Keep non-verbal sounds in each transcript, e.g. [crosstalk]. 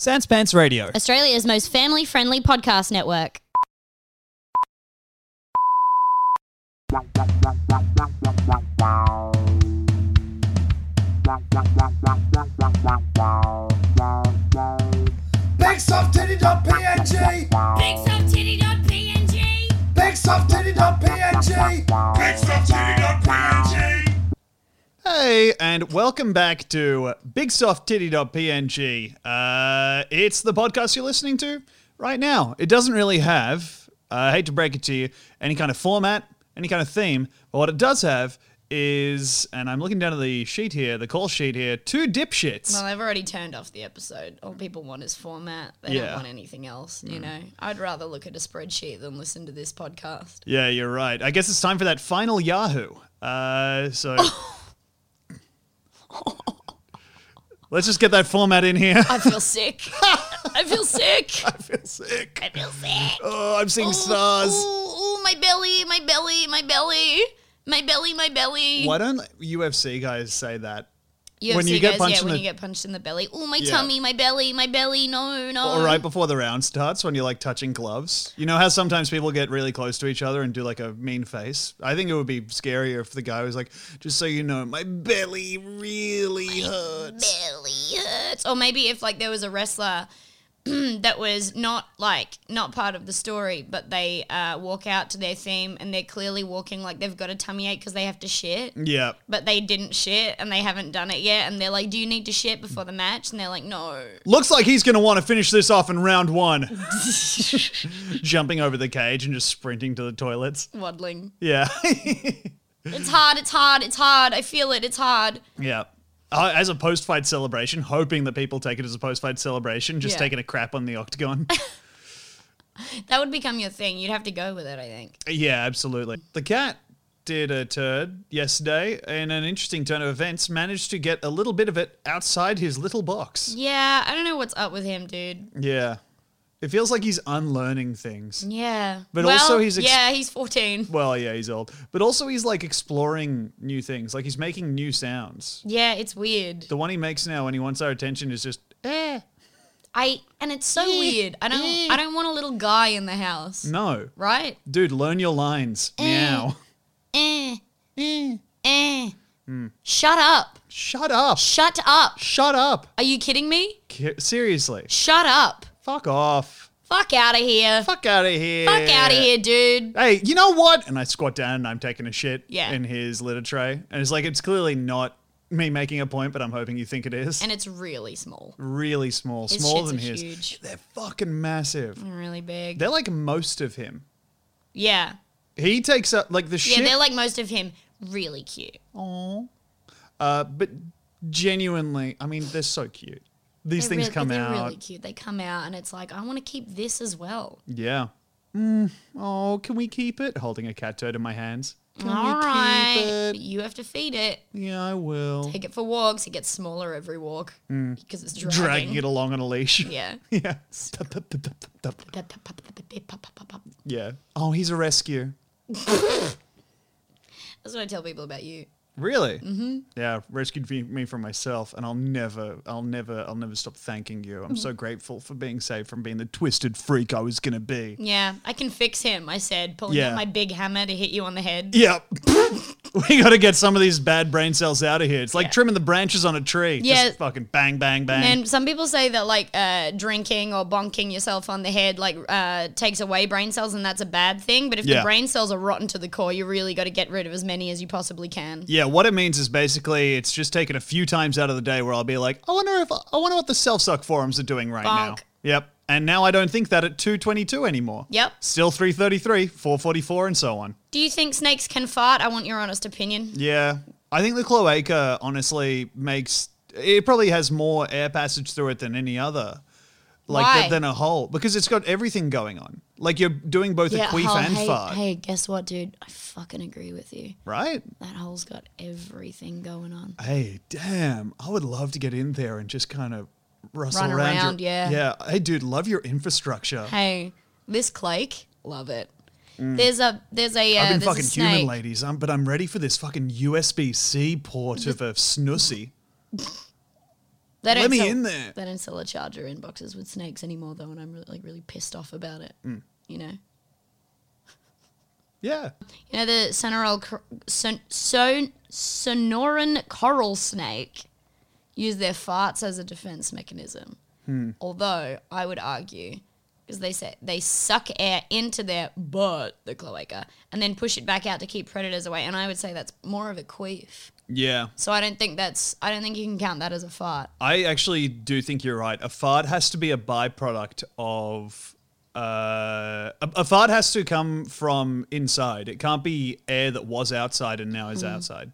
Sans Pants Radio. Australia's most family friendly podcast network. Bigsoftitty.png PNG. Bigsoftitty.png Bigsoftitty.png Hey, and welcome back to BigSoftTitty.png. Uh, it's the podcast you're listening to right now. It doesn't really have, uh, I hate to break it to you, any kind of format, any kind of theme, but what it does have is, and I'm looking down at the sheet here, the call sheet here, two dipshits. Well, they've already turned off the episode. All people want is format. They Yeah. Mm. don't want anything else, you know. I'd rather look at a spreadsheet than listen to [laughs] this podcast. Yeah, you're right. I guess it's time for that final Yahoo. Uh, so [laughs] let's just get that format in here. I feel sick. I feel sick. [laughs] I feel sick. I feel sick. Oh, I'm seeing stars. Ooh, ooh, my belly, my belly, my belly. My belly, my belly. Why don't UFC guys say that? UFC When you get guys, punched yeah, in when the- you get punched in the belly. Ooh, my Yeah. tummy, my belly, my belly. No, no. Or right before the round starts when you're like touching gloves. You know how sometimes people get really close to each other and do like a mean face? I think it would be scarier if the guy was like, just so you know, my belly really hurts. belly hurts. Or maybe if like there was a wrestler [clears throat] that was not like not part of the story, but they uh, walk out to their theme and they're clearly walking like they've got a tummy ache because they have to shit, Yeah. but they didn't shit and they haven't done it yet, and they're like, "Do you need to shit before the match?" And they're like, "No." Looks like he's going to want to finish this off in round one. Jumping over the cage and just sprinting to the toilets. Waddling. Yeah. [laughs] It's hard. It's hard. It's hard. I feel it. It's hard. yeah. Uh, as a post fight celebration, hoping that people take it as a post fight celebration, just Yeah. taking a crap on the octagon. [laughs] That would become your thing. You'd have to go with it. I think. yeah, absolutely. The cat did a turd yesterday, and an interesting turn of events managed to get a little bit of it outside his little box. Yeah, I don't know what's up with him, dude. Yeah. It feels like he's unlearning things. Yeah. But Well, also he's ex- yeah, he's fourteen. Well, yeah, he's old. But also, he's like exploring new things. Like, he's making new sounds. Yeah, it's weird. The one he makes now when he wants our attention is just, eh. I and it's so weird. Eh. I don't I don't want a little guy in the house. No. Right? Dude, learn your lines. Meow. Eh. Eh. Hmm. Shut up. Shut up. Shut up. Shut up. Are you kidding me? Ki- Seriously. Shut up. Fuck off. Fuck out of here. Fuck, Fuck out of here. out of here, dude. Hey, you know what? And I squat down and I'm taking a shit Yeah. in his litter tray. And it's like, it's clearly not me making a point, but I'm hoping you think it is. And it's really small. really small, His smaller than shits are his. huge. They're fucking massive. And really big. They're like most of him. yeah. He takes up like the shit. Yeah, they're like most of him. Really cute. uh, but genuinely, I mean, they're so cute. These They're things really- come they're out. really cute. They come out and it's like, I want to keep this as well. Yeah. Mm, oh, can we keep it? Holding a cat turd in my hands. Can All you keep right. it? You have to feed it. Yeah, I will. Take it for walks. It gets smaller every walk Hmm. because it's dragging. Dragging it along on a leash. Yeah. Yeah. [laughs] yeah. Oh, he's a rescue. That's what I tell people about you. Really? Mm-hmm. Yeah, rescued me- me from myself, and I'll never, I'll never, I'll never stop thanking you. I'm Mm-hmm. so grateful for being saved from being the twisted freak I was gonna be. Yeah, I can fix him. I said, pulling Yeah. out my big hammer to hit you on the head. Yep. [laughs] we gotta get some of these bad brain cells out of here. It's like trimming the branches on a tree. Yeah. Just fucking bang, bang, bang. And some people say that like uh, drinking or bonking yourself on the head like uh, takes away brain cells, and that's a bad thing. But if Yeah. the brain cells are rotten to the core, you really got to get rid of as many as you possibly can. yeah, what it means is basically it's just taken a few times out of the day where I'll be like, I wonder if I wonder what the self suck forums are doing right now. Bonk. Yep. And now I don't think that at 222 anymore. Yep. Still 333, 444, and so on. Do you think snakes can fart? I want your honest opinion. Yeah. I think the cloaca honestly makes it probably has more air passage through it than any other. Like Why? th- than a hole. Because it's got everything going on. Like you're doing both a queef hole- and Oh, hey, fart. hey, guess what, dude? I fucking agree with you. Right? That hole's got everything going on. Hey, damn. I would love to get in there and just kind of rustle Run around. your- around, yeah. Yeah. Hey dude, love your infrastructure. Hey, this clake, love it. There's a there's a uh, Mm. I've been there's a fucking snake. human, ladies, um, but I'm ready for this fucking USB C port of a snoozy. They Let don't me sell- in there. They don't sell a charger in boxes with snakes anymore, though, and I'm really, like really pissed off about it. Mm. You know, Yeah. you know the Sonoran cor- son- son- Sonoran coral snake use their farts as a defense mechanism. Hmm. Although I would argue, because they say they suck air into their butt, the cloaca, and then push it back out to keep predators away. And I would say that's more of a queef. Yeah. So I don't think that's I don't think you can count that as a fart. I actually do think you're right. A fart has to be a byproduct of. Uh, a, a fart has to come from inside. It can't be air that was outside and now is Mm. outside.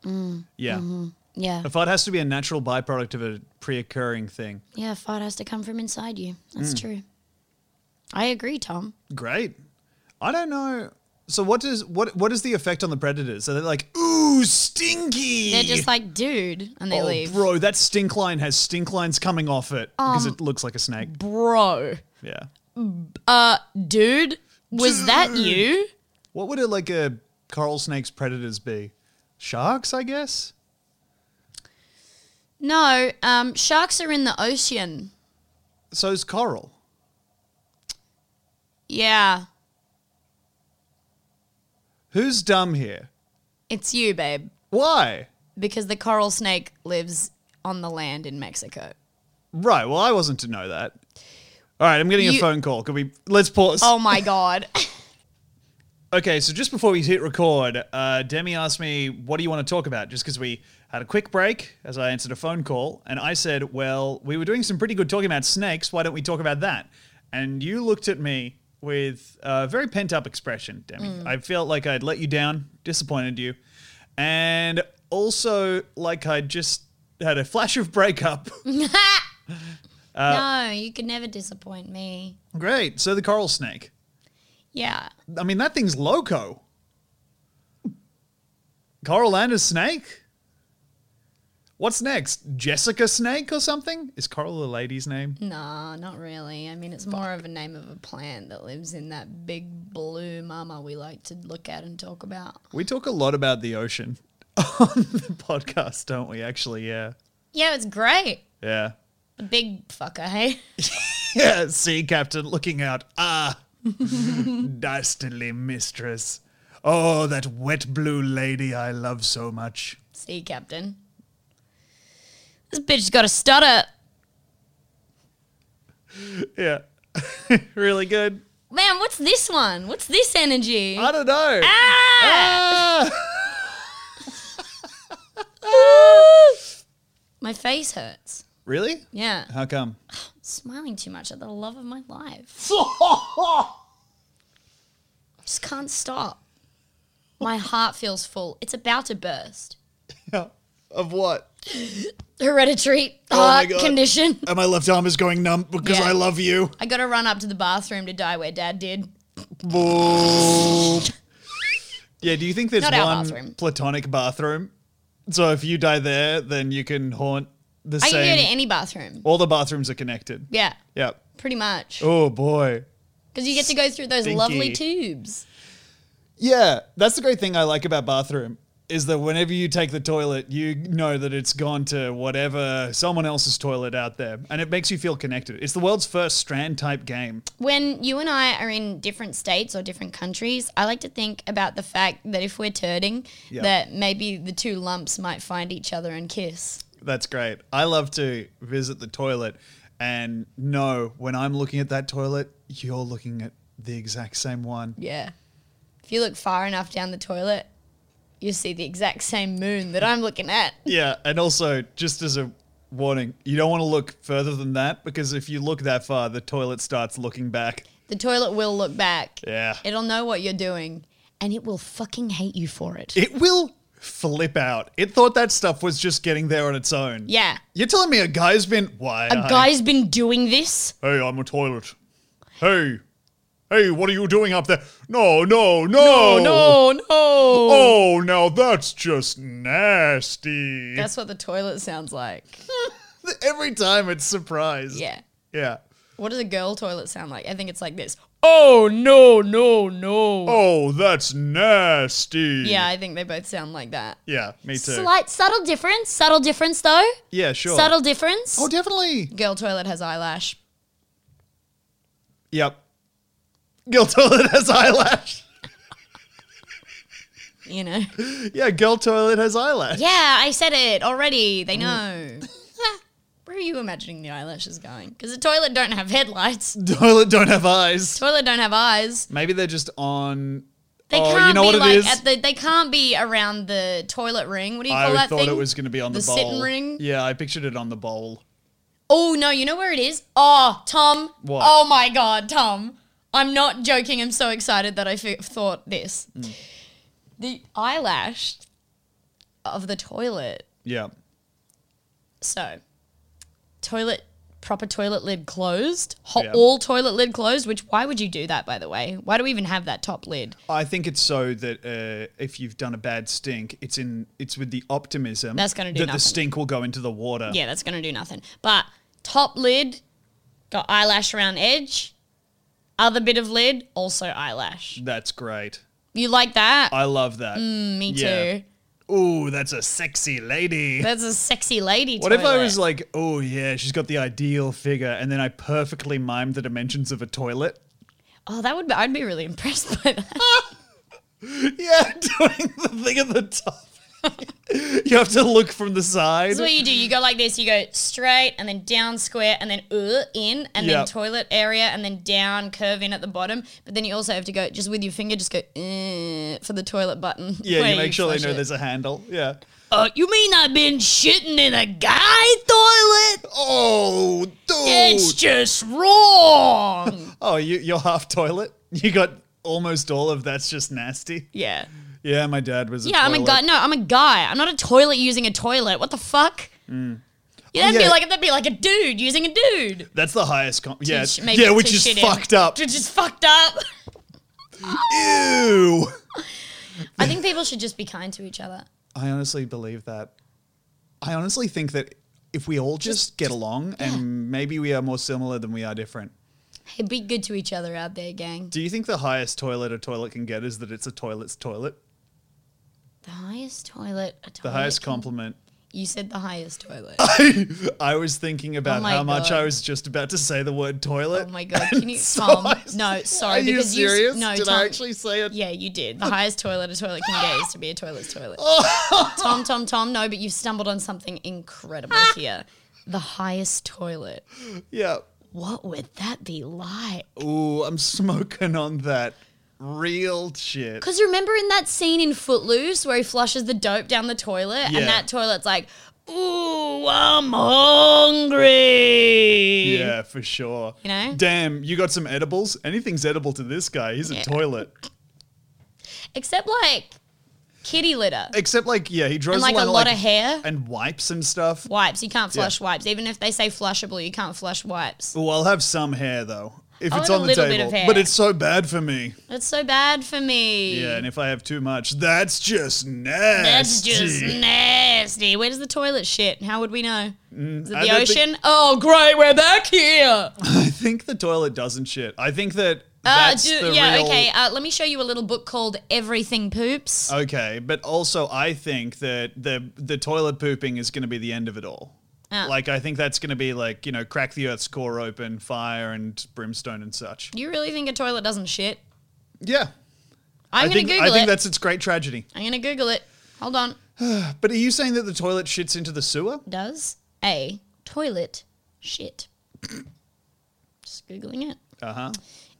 Yeah. Mm-hmm. Yeah. A fart has to be a natural byproduct of a pre-occurring thing. Yeah, fart has to come from inside you. That's true. I agree, Tom. Great. I don't know. So what does what what is the effect on the predators? Are they like ooh stinky? They're just like, dude, and they oh, leave. Bro. bro, that stink line has stink lines coming off it because Um, it looks like a snake. Yeah. Dude, was that you? What would a like a coral snake's predators be? Sharks, I guess. No, um, sharks are in the ocean. So's coral. Yeah, Who's dumb here? it's you, babe, Why? because the coral snake lives on the land in Mexico. Right. Well, I wasn't to know that. All right, I'm getting a You- phone call. Can we let's pause? Oh my god. Okay, so just before we hit record, uh, Demi asked me, "What do you want to talk about?" Just because we had a quick break as I answered a phone call, and I said, "Well, we were doing some pretty good talking about snakes. Why don't we talk about that?" And you looked at me with a very pent up expression, Demi. I felt like I'd let you down, disappointed you, and also like I just had a flash of breakup. [laughs] no, you could never disappoint me. Great. So the coral snake. Yeah. I mean, that thing's loco. Coral and a snake? What's next? Jessica Snake or something? Is Coral a lady's name? Nah, not really. I mean, it's more of a name of a plant that lives in that big blue mama we like to look at and talk about. We talk a lot about the ocean [laughs] on the podcast, don't we? Actually, yeah. Yeah, it's great. Yeah. The big fucker, hey? [laughs] Yeah, sea captain looking out. Ah, [laughs] dastardly mistress. Oh, that wet blue lady I love so much. Sea captain. This bitch's got a stutter. Yeah. [laughs] really good. Man, what's this one? What's this energy? I don't know. Ah! My face hurts. Really? Yeah. How come? Smiling too much at the love of my life. Just can't stop. My heart feels full. It's about to burst. [laughs] Of what? Hereditary Oh my heart God. condition. [laughs] And my left arm is going numb because Yeah. I love you. I gotta run up to the bathroom to die where dad did. Boom. Yeah, do you think there's Not our one bathroom. platonic bathroom? So if you die there, then you can haunt the I can same. go to any bathroom. all the bathrooms are connected. Yeah, Yep. pretty much. Oh boy. Because you get to go through those Stinky. lovely tubes. Yeah, that's the great thing I like about bathroom is that whenever you take the toilet, you know that it's gone to whatever someone else's toilet out there, and it makes you feel connected. It's the world's first strand type game. When you and I are in different states or different countries, I like to think about the fact that if we're turding, Yeah. that maybe the two lumps might find each other and kiss. That's great. I love to visit the toilet and know when I'm looking at that toilet, you're looking at the exact same one. Yeah. If you look far enough down the toilet, you see the exact same moon that I'm looking at. Yeah, and also just as a warning, you don't want to look further than that because if you look that far, the toilet starts looking back. The toilet will look back. Yeah. It'll know what you're doing and it will fucking hate you for it. It will flip out. It thought that stuff was just getting there on its own. yeah. You're telling me a guy's been why A guy's been doing this. Hey, I'm a toilet. Hey. Hey, what are you doing up there? No, no, no. no. Oh, now that's just nasty. That's what the toilet sounds like. [laughs] Every time it's surprised. Yeah. Yeah. What does a girl toilet sound like? I think it's like this. Oh no, no, no. Oh, that's nasty. Yeah, I think they both sound like that. Yeah, me too. Slight, subtle difference. Subtle difference, though. yeah, sure. Subtle difference. Oh, definitely. Girl toilet has eyelash. Yep. Girl toilet [laughs] has eyelash. You [laughs] know. Yeah, girl toilet has eyelash. yeah, I said it already. They know. [laughs] Where are you imagining the eyelashes going? Because the toilet don't have headlights. [laughs] Toilet don't have eyes. Toilet don't have eyes. Maybe they're just on. They Oh, you can't know be what it like is? at the. They can't be around the toilet ring. What do you call I that thought thing? it was going to be on the, The bowl. sit-in ring? Yeah, I pictured it on the bowl. Oh no, you know where it is? Oh, Tom. What? Oh my god, Tom. I'm not joking. I'm so excited that I fi- thought this. Hmm. The eyelash of the toilet. Yeah. So, toilet proper toilet lid closed. Ho- Yeah. All toilet lid closed, which why would you do that by the way? Why do we even have that top lid? I think it's so that uh, if you've done a bad stink, it's in it's with the optimism That's gonna do that the nothing. stink will go into the water. Yeah, that's going to do nothing. But top lid got eyelash around edge. Other bit of lid also eyelash. That's great. You like that? Mm, I love that. Me yeah. too. Ooh, that's a sexy lady. That's a sexy lady. what if I toilet. was like, oh yeah, she's got the ideal figure, and then I perfectly mimed the dimensions of a toilet? [laughs] oh, that would be, I'd be really impressed [laughs] by that. Yeah, [laughs] doing the thing at the top. [laughs] you have to look from the side. That's what you do. You go like this. You go straight and then down square and then uh, in Yep. and then toilet area and then down curve in at the bottom. But then you also have to go just with your finger, just go uh, for the toilet button. Yeah, where you make sure they flush know it. there's a handle. Yeah. Oh, you mean I've been shitting in a guy toilet? Oh, It's just wrong. Oh, you, you're half toilet? You got almost all of that's just nasty? yeah. [laughs] Yeah, my dad was a Yeah, I'm a toilet. guy. No, I'm a guy. I'm not a toilet using a toilet. What the fuck? Yeah, Mm. that'd Oh, yeah. be like that'd be like a dude using a dude. That's the highest comp. Yeah, sh- make yeah it which to is shit in. fucked up. Which is fucked [laughs] up. Ew. I think people should just be kind to each other. I honestly believe that. I honestly think that if we all just, get along and maybe we are more similar than we are different. Hey, be good to each other out there, gang. Do you think the highest toilet a toilet can get is that it's a toilet's toilet? The highest toilet. A toilet The highest can- compliment. [laughs] You said the highest toilet. I was thinking about Oh my how much God. I was just about to say the word toilet. oh my god, can you, So Tom? I- No, Are sorry, you because you s- serious? no, Did Tom. I actually say it? yeah, you did. The highest toilet a toilet can get is to be a [laughs] toilet's toilet. Oh. Tom, Tom, Tom. No, but you've stumbled on something incredible Ah. here. The highest toilet. Yeah. What would that be like? Ooh, I'm smoking on that real shit. Because remember in that scene in Footloose where he flushes the dope down the toilet Yeah. and that toilet's like, ooh, I'm hungry. Yeah, for sure. You know? Damn, you got some edibles? Anything's edible to this guy. He's a toilet. Except like kitty litter Except like, yeah, he draws and like the a line at, lot like, of hair. and wipes and stuff. Wipes. You can't flush wipes. Even if they say flushable, you can't flush wipes. Well, I'll have some hair though. if I it's want on a the little bit table. of hair. But it's so bad for me. That's so bad for me. Yeah, and if I have too much, that's just nasty. That's just nasty. Where does the toilet shit? How would we know? Is it Mm, I the don't think- ocean? oh, great, we're back here. [laughs] I think the toilet doesn't shit. I think that [laughs] Uh, that's do- the yeah, real. okay. Uh, let me show you a little book called Everything Poops. Okay, but also I think that the the toilet pooping is going to be the end of it all. Ah. Like I think that's going to be like you know crack the earth's core open, fire and brimstone and such. You really think a toilet doesn't shit? Yeah, I I'm gonna think Google I think it. that's its great tragedy. I'm gonna Google it. Hold on. But are you saying that the toilet shits into the sewer? Does a toilet shit? Just googling it. Uh huh.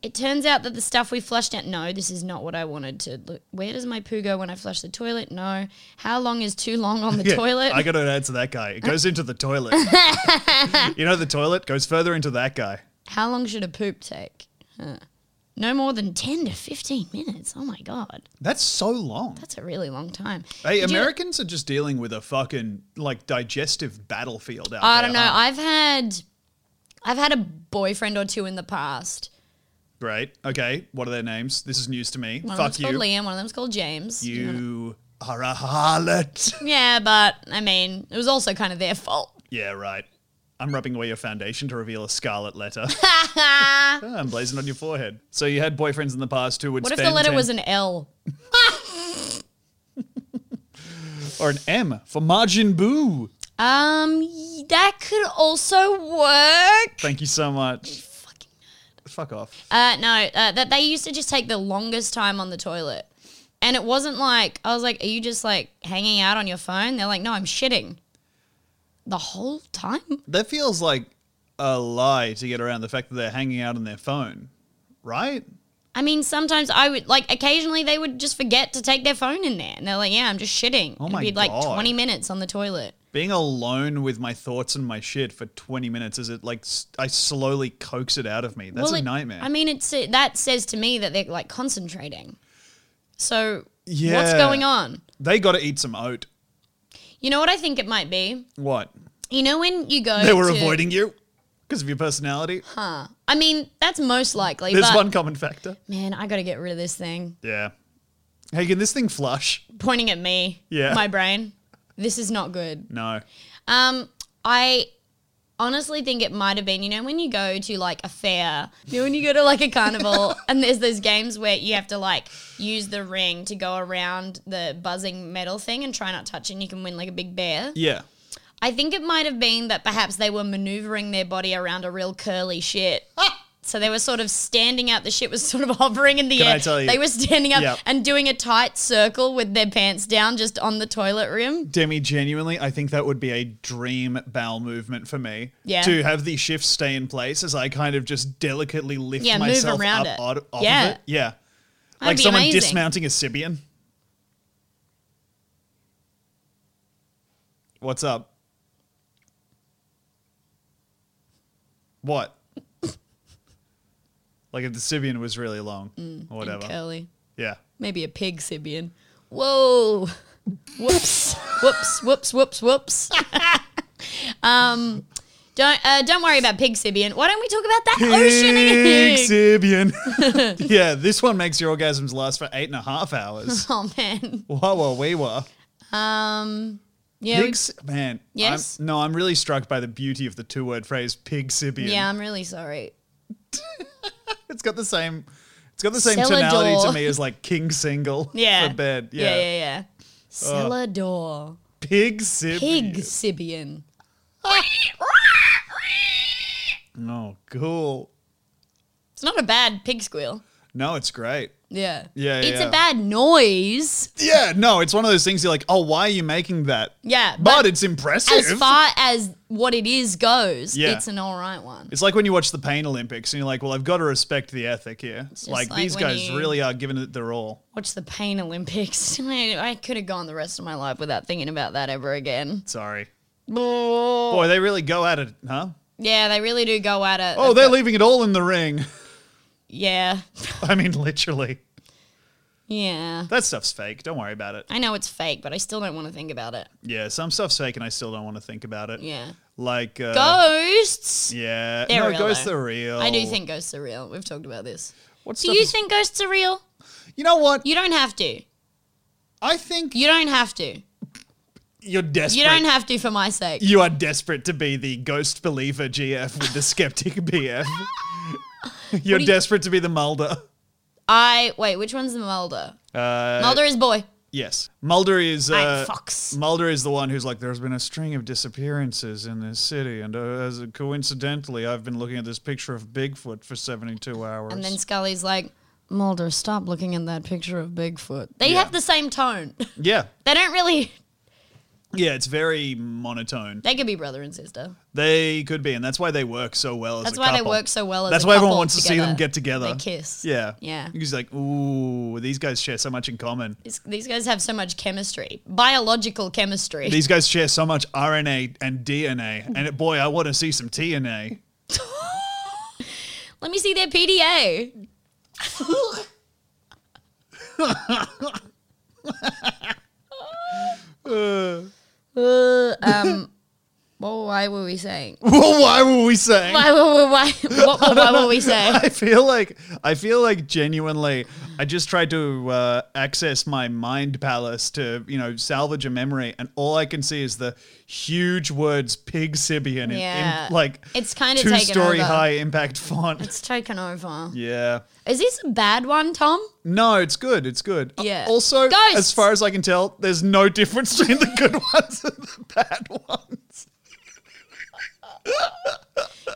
It turns out that the stuff we flushed out. No, this is not what I wanted to look. Where does my poo go when I flush the toilet? No. How long is too long on [laughs] the toilet? I got to answer that guy. It goes into the [laughs] toilet. you know the toilet goes further into that guy. How long should a poop take? Huh. No more than 10 to 15 minutes. Oh my God. That's so long. That's a really long time. Hey, Did you- Americans are just dealing with a fucking like digestive battlefield out I there. don't know. aren't I've had. I've had a boyfriend or two in the past. they? Great. Okay. What are their names? This is news to me. One of Fuck them's you. called Liam, one of them's called James. You are a harlot. [laughs] Yeah, but I mean, it was also kind of their fault. yeah, right. I'm rubbing away your foundation to reveal a scarlet [laughs] letter. Ah, I'm blazing on your forehead. So you had boyfriends in the past who would What if spend the letter 10 was an L? or an M for Margin Boo? Um, y- that could also work. Thank you so much. Fuck off. Uh, no, uh, that they used to just take the longest time on the toilet. And it wasn't like, I was like, are you just like hanging out on your phone? They're like, no, I'm shitting. The whole time? That feels like a lie to get around the fact that they're hanging out on their phone, right? I mean, sometimes I would, like, occasionally they would just forget to take their phone in there. And they're like, yeah, I'm just shitting. Oh It'd my be God. like 20 minutes on the toilet. Being alone with my thoughts and my shit for 20 minutes is it like s- I slowly coax it out of me. That's Well, a it- nightmare. I mean, it's that says to me that they're like concentrating. So, what's Yeah. going on? they got to eat some oat. You know what I think it might be? What? [laughs] You know when you go They were to- avoiding you because of your personality. I mean, that's most likely. There's but one common factor. Man, I got to get rid of this thing. Yeah. Hey, can this thing flush? Pointing at me. Yeah. My brain. This is not good. No. Um, I honestly think it might have been, you know, when you go to like a fair, you know, when you go to like a [laughs] carnival and there's those games where you have to like use the ring to go around the buzzing metal thing and try not touch it and you can win like a big bear. Yeah. I think it might have been that perhaps they were maneuvering their body around a real curly shit. Ah! So they were sort of standing out. The shit was [laughs] sort of hovering in the Can I air. tell you? They were standing up Yep. and doing a tight circle with their pants down, just on the toilet rim. Demi, genuinely, I think that would be a dream bowel movement for me. Yeah. To have the shifts stay in place as I kind of just delicately lift Yeah, move myself up around it. Out, off Yeah. of it. Yeah. That'd like be someone amazing. dismounting a Sibian. What's up? [laughs] What? like if the Sibian was really long or And whatever. curly, Yeah. maybe a pig Sibian. Whoa! Whoops! whoops! Whoops! Whoops! [laughs] Whoops! um, don't uh, don't worry about pig Sibian. Why don't we talk about that Pig ocean? Sibian. [laughs] yeah, this one makes your orgasms last for eight and a half [laughs] hours. Oh man. Whoa, whoa, we were. Um. Yeah. we- Pig, Si- man. Yes? I'm, no, I'm really struck by the beauty of the two word phrase pig Sibian. Yeah, I'm really sorry. It's got the same. It's got the same Cellar tonality to door. me as like king single [laughs] Yeah. for bed. Yeah. Uh, Yeah, yeah, yeah. Cellar door. Pig Sibian. Pig Sibian. Oh, cool. It's not a bad pig squeal. No, it's great. Yeah. Yeah, It's yeah. a bad noise. Yeah, no, it's one of those things you're like, oh, why are you making that? Yeah. But, it's impressive. as far as what it is goes, Yeah. it's an all right one. It's like when you watch the Pain Olympics and you're like, well, I've got to respect the ethic here. just Like, like these when guys you- really are giving it their all. Watch the Pain Olympics. [laughs] I, I could have gone the rest of my life without thinking about that ever again. Sorry. Boy, they really go at it, huh? Yeah, they really do go at it. Oh, [laughs] they're leaving it all in the ring. yeah. [laughs] I mean, literally. Yeah. That stuff's fake. Don't worry about it. I know it's fake, but I still don't want to think about it. Yeah, some stuff's fake, and I still don't want to think about it. Yeah. Like uh, Ghosts. Yeah, They're no, real, ghosts though. are real. I do think ghosts are real. We've talked about this. What Do stuff you is- think ghosts are real? you know what? You don't have to. I think You don't have to. you're desperate. You don't have to for my sake. You are desperate to be the ghost believer GF with the skeptic [laughs] BF. You're desperate to be the Mulder. I wait. Which one's the Mulder? Uh, Mulder is boy. Yes, Mulder is. I'm Uh, Fox. Mulder is the one who's like, there's been a string of disappearances in this city, and uh, as coincidentally, I've been looking at this picture of Bigfoot for 72 hours. And then Scully's like, Mulder, stop looking at that picture of Bigfoot. They Yeah. have the same tone. [laughs] yeah, they don't really. yeah, it's very monotone. They could be brother and sister. They could be, and that's why they work so well. as That's a why they couple. work so well as That's a why everyone couple wants to see them together. get together. They kiss. Yeah, Yeah. He's like, ooh, these guys share so much in common. These, these guys have so much chemistry, biological chemistry. These guys share so much RNA and DNA, and it, boy, I want to see some TNA. Let me see [laughs] their PDA. Uh, um, well, why were we saying? [laughs] well, [laughs] why were we saying? Why, why, why, what, what, why were we [laughs] saying? I feel like I feel like genuinely, I just tried to uh, access my mind palace to you know salvage a memory, and all I can see is the huge words "pig sibian" in- in, Yeah. like It's kinda taken two-story over. high impact font. It's taken over. yeah. Is this a bad one, Tom? No, it's good. It's good. Uh, Yeah. Also, Ghosts. as far as I can tell, there's no difference between the good ones and the bad ones.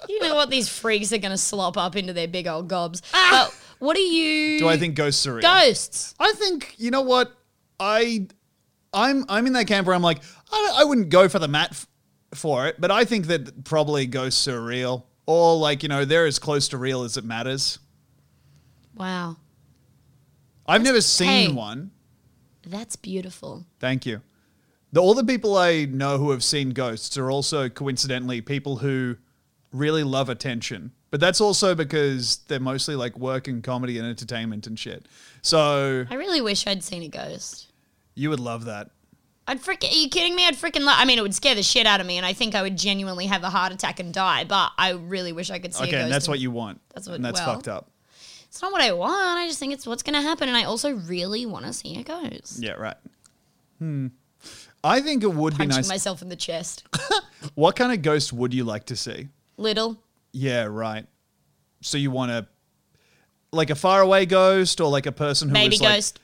You know what these freaks are going to slop up into their big old gobs. But what are [laughs] you? Ah! Do I think ghosts are real? ghosts? I think you know what I, I'm I'm in that camp where I'm like I, I wouldn't go for the mat f- for it, but I think that probably ghosts are real or like you know they're as close to real as it matters. Wow, I've never seen Hey. one. that's beautiful. Thank you. The, all the people I know who have seen ghosts are also coincidentally people who really love attention. But that's also because they're mostly like work and comedy and entertainment and shit. So I really wish I'd seen a ghost. you would love that. I'd freaking. Are you kidding me? I'd freaking. Lo- I mean, it would scare the shit out of me, and I think I would genuinely have a heart attack and die. But I really wish I could see a Okay, ghost. and that's what you want. That's what- and that's well. fucked up. It's not what I want. I just think it's what's going to happen, and I also really want to see a ghost. Yeah, right. Hmm. I think it would be Punching nice. myself in the chest. what kind of ghost would you like to see? Little. Yeah, right. So you want a like a faraway ghost or like a person [laughs] who Baby was,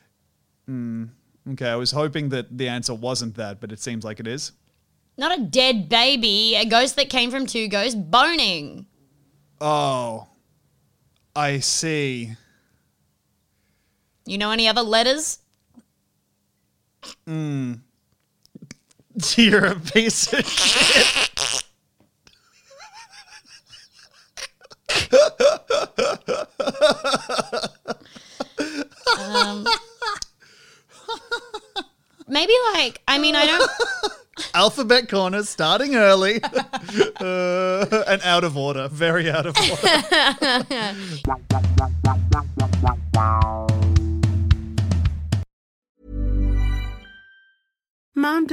like- ghost. okay, I was hoping that the answer wasn't that, but it seems like it is. Not a dead baby. A ghost that came from two ghosts boning. Oh, I see. [laughs] You know any other letters? You're a piece of [laughs] shit. Maybe like I mean I don't Alphabet corner starting early [laughs] Uh, and out of order, very out of order. Mom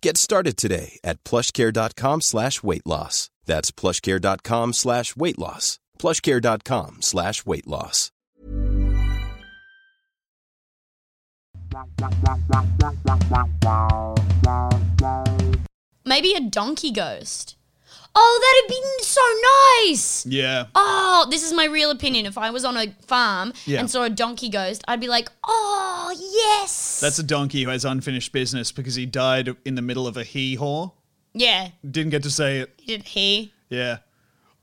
Get started today at plushcare.com slash weight loss. That's plushcare.com slash weight loss. plushcare.com slash weight loss. Maybe a donkey ghost. Oh, that'd be so [laughs] nice. Yeah. Oh, this is my real opinion. If I was on a farm Yeah. and saw a donkey ghost, I'd be like, oh, yes. That's a donkey who has unfinished business because he died in the middle of a he haw. yeah. Didn't get to say it. Did he? Yeah.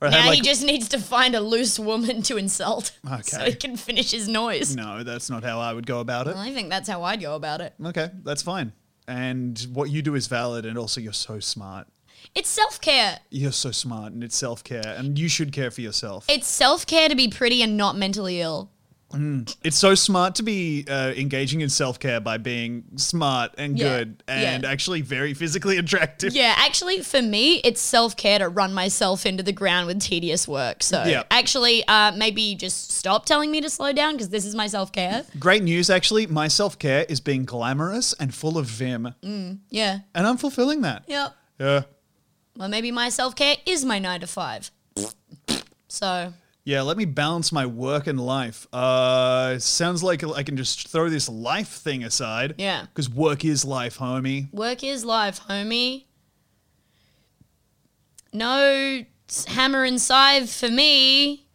Or had Now like, he just needs to find a loose woman to insult [laughs] so Okay. he can finish his noise. no, that's not how I would go about it. I think that's how I'd go about it. Okay, that's fine. And what you do is valid, and also you're so smart. It's self care. You're so smart, and it's self care, and you should care for yourself. It's self care to be pretty and not mentally ill. It's so smart to be uh, engaging in self care by being smart and Yeah, good yeah. and actually very physically [laughs] attractive. Yeah, actually, for me, it's self care to run myself into the ground with tedious work. So, Yeah. actually, uh, maybe just stop telling me to slow down because this is my self care. Great news, actually. My self care is being glamorous and full of vim, Mm. Yeah. and I'm fulfilling that. Yep. Yeah. Well, maybe my self care is my nine to five. So, Yeah, let me balance my work and life. Uh, sounds like I can just throw this life thing aside. Yeah. Because work is life, homie. work is life, homie. No s- hammer and scythe for me.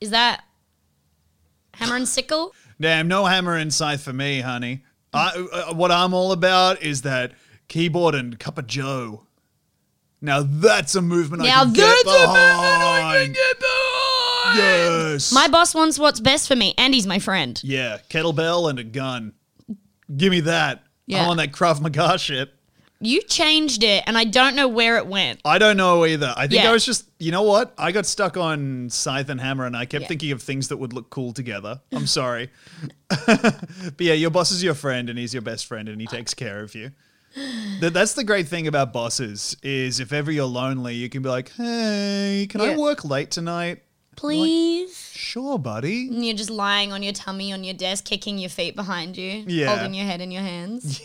Is that hammer and sickle? Damn, no hammer and scythe for me, honey. I, uh, what I'm all about is that keyboard and cup of joe. Now that's a movement I Now can that's get a movement I behind. Yes. My boss wants what's best for me, and he's my friend. yeah, kettlebell and a gun. Give me that. Yeah. I'm on that Krav Maga shit. You changed it, and I don't know where it went. I don't know either. I think Yeah. I was just, you know what? I got stuck on Scythe and Hammer and I kept thinking of things that would look cool [laughs] together. I'm sorry. [laughs] but yeah, your boss is your friend and he's your best friend and he takes care of you. Th- That's the great thing about bosses is if ever you're lonely, you can be like, hey, can I Yeah. work late tonight? Please. Sure, buddy. And you're just lying on your tummy on your desk, kicking your feet behind you, Yeah. holding your head in [laughs] your hands.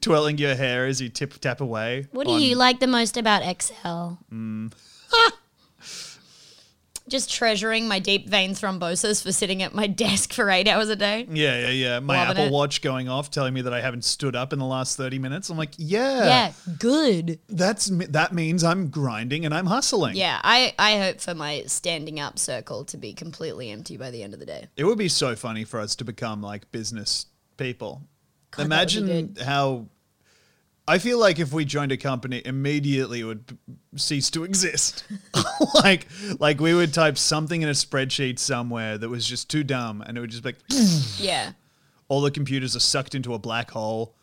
Twirling your hair as you tip tap away. What do on- Mm. you like the most about Excel? [laughs] just treasuring my deep vein thrombosis for sitting at my [laughs] desk for eight hours a day. Yeah, yeah, yeah. My Loving Apple it. Watch going off telling me that I haven't stood up in the last 30 minutes. I'm like, Yeah, good. that's that means I'm grinding and I'm hustling. Yeah, I, I hope for my standing up circle to be completely empty by the end of the day. It would be so funny for us to become like business people. would be Imagine how I feel like if we joined a company immediately it would b- cease to [laughs] exist. like like we would type something in a spreadsheet somewhere that was just too dumb and it would just be like [sniffs] Yeah. all the computers are sucked into a black hole.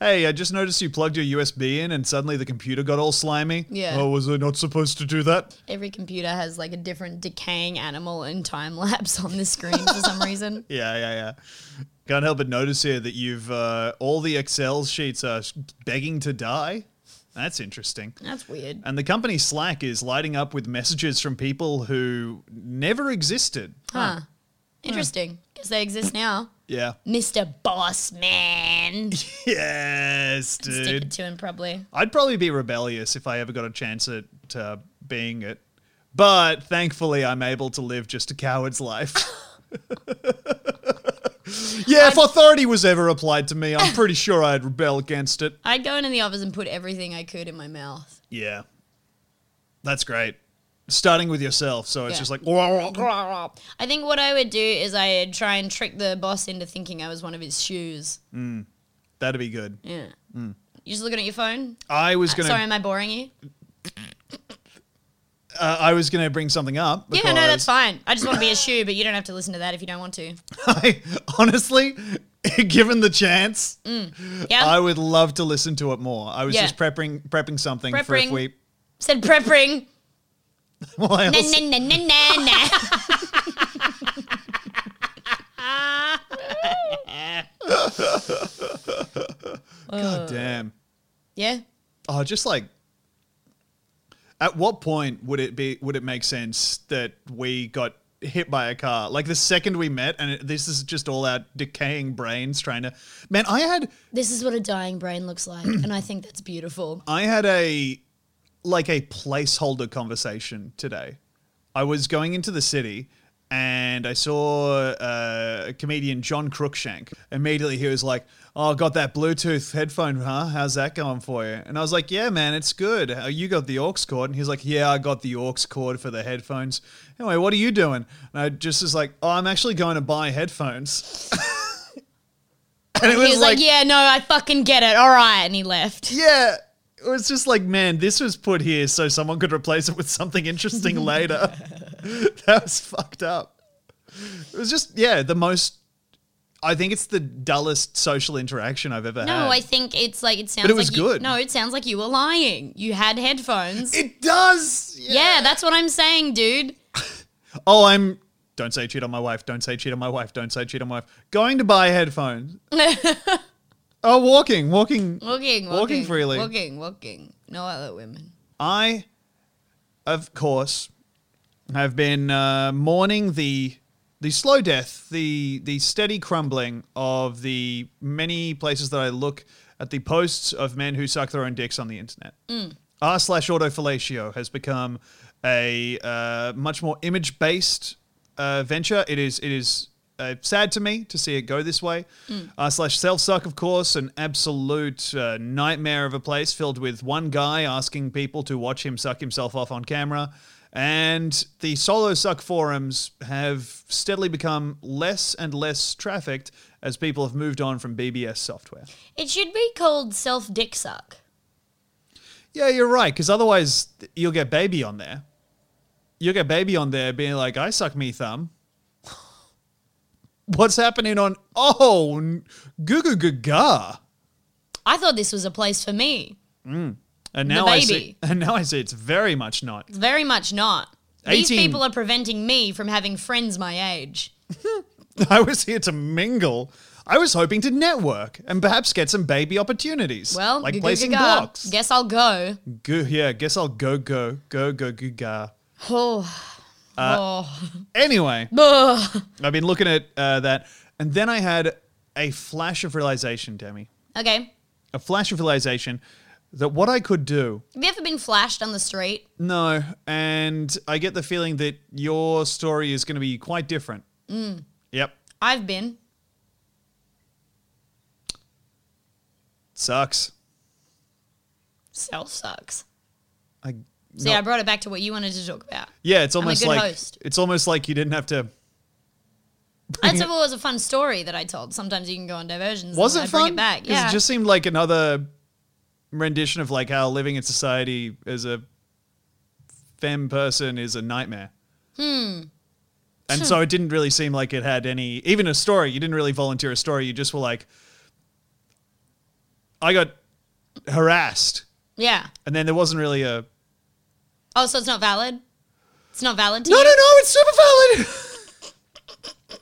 Hey, I just noticed you plugged your USB in and suddenly the computer got all slimy. Yeah. Oh, was I not supposed to do that? Every computer has like a different decaying animal and time lapse on the screen for [laughs] some reason. Yeah, yeah, yeah. Can't help but notice here that you've uh, all the Excel sheets are begging to die. That's interesting. That's weird. And the company Slack is lighting up with messages from people who never existed. Huh. Interesting. Because they exist now. Yeah. [laughs] Mr. Boss Man. Yes, Stick it dude. to him probably. I'd probably be rebellious if I ever got a chance at uh, being it. But thankfully, I'm able to live just a coward's life. [laughs] yeah, if authority was ever applied to me, I'm pretty sure I'd rebel against it. I'd go into the office and put everything I could in my mouth. Yeah. That's great. starting with yourself. So it's Yeah. just like, "Wah-wah-wah." I think what I would do is I'd try and trick the boss into thinking I was one of his shoes. that'd be good. Yeah. You just looking at your phone? I was Hmm. gonna, Sorry, am I boring you? uh, I was gonna bring something up. Yeah, no, because- that's fine. I just want to be a shoe, but you don't have to listen to that if you don't want to. [laughs] I honestly, given the chance, Mm. Yeah. I would love to listen to it more. I was Yeah. just prepping prepping something for if Prepping. we. [laughs] Said prepping. Well, I [laughs] na also- na na na na na. [laughs] God damn. Yeah. Oh, just like. At what point would it be? Would it make sense that we got hit by a car? Like the second we met, and it, this is just all our decaying brains trying to. Man, I had This is what a dying brain looks like, and I think that's beautiful. I had a like a placeholder conversation today. I was going into the city and I saw uh, comedian John Cruikshank. Immediately he was like, "Oh, got that Bluetooth headphone, huh? How's that going for you?" And I was like, "Yeah, man, it's good. Uh, You got the aux cord?" And he's like, "Yeah, I got the aux cord for the headphones." Anyway, what are you doing? And I just was like, "Oh, I'm actually going to buy headphones." [laughs] and it He was like, "Yeah, no, I fucking get it. All right," and he left. yeah, it was just like, man, this was put here so someone could replace it with something interesting later. [laughs] that was fucked up. It was just, yeah, the most. I think it's the dullest social interaction I've ever had. No, I think it's like it sounds. But it was like you- good. no, it sounds like you were lying. You [laughs] had headphones. It does. Yeah. yeah, that's what I'm saying, dude. Oh, I'm. Don't say cheat on my wife. Don't say cheat on my wife. Don't say cheat on my wife. Going to buy headphones. oh, walking, walking, Walking, walking, walking freely. walking, walking. No other women. I, of course, have been uh, mourning the the slow death, the the steady crumbling of the many places that I look at the posts of men who suck their own dicks on the internet. R slash auto fellatio has become a uh, much more image based uh, venture. It is it is uh, sad to me to see it go this way. R slash self suck, of course, an absolute uh, nightmare of a place filled with one guy asking people to watch him suck himself off on camera. And the solo suck forums have steadily become less and less trafficked as people have moved on from BBS software. It should be called self dick suck. Yeah, you're right. Because otherwise, th- you'll get baby on there. You'll get baby on there being like, "I suck me thumb." [laughs] What's happening on? Oh, n- goo goo goo ga. I thought this was a place for me. And now I see. baby. And now I see it's very much not. [laughs] Very much not. These 18. people are preventing me from having friends my age. I was here to mingle. I was hoping to network and perhaps get some baby opportunities. Well, like goo goo placing gaga. blocks. Guess I'll go. Goo, yeah, guess I'll go go go go goo ga. Oh, oh. Anyway, Ugh. I've been looking at uh, that, and then I had a flash of realization, Demi. Okay. a flash of realization that what I could do, Have you ever been flashed on the street? no, and I get the feeling that your story is going to be quite different. Mm. Yep, I've been. sucks. Self sucks. I, See, not- I brought it back to what you wanted to talk [laughs] about. yeah, it's almost good like host. it's almost like you didn't have to. That's what was a fun story that I told. Sometimes you can go on diversions. Was and it I bring fun? It back. 'Cause Yeah. it just seemed like another rendition of like how living in society as a femme person is a nightmare. Hmm. And so it didn't really seem like it had any, even a story. You didn't really volunteer a story. You just were like, I got harassed, yeah. and then there wasn't really a. Oh, so it's not valid. It's not valid to No, you. no, no! It's super valid.